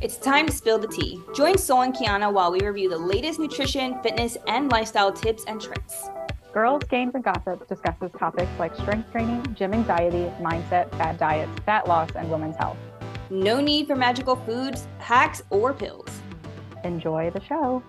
It's time to spill the tea. Join Sol and Kiana while we review the latest nutrition, fitness, and lifestyle tips and tricks. Girls Games and Gossip discusses topics like strength training, gym anxiety, mindset, bad diets, fat loss, and women's health. No need for magical foods, hacks, or pills. Enjoy the show.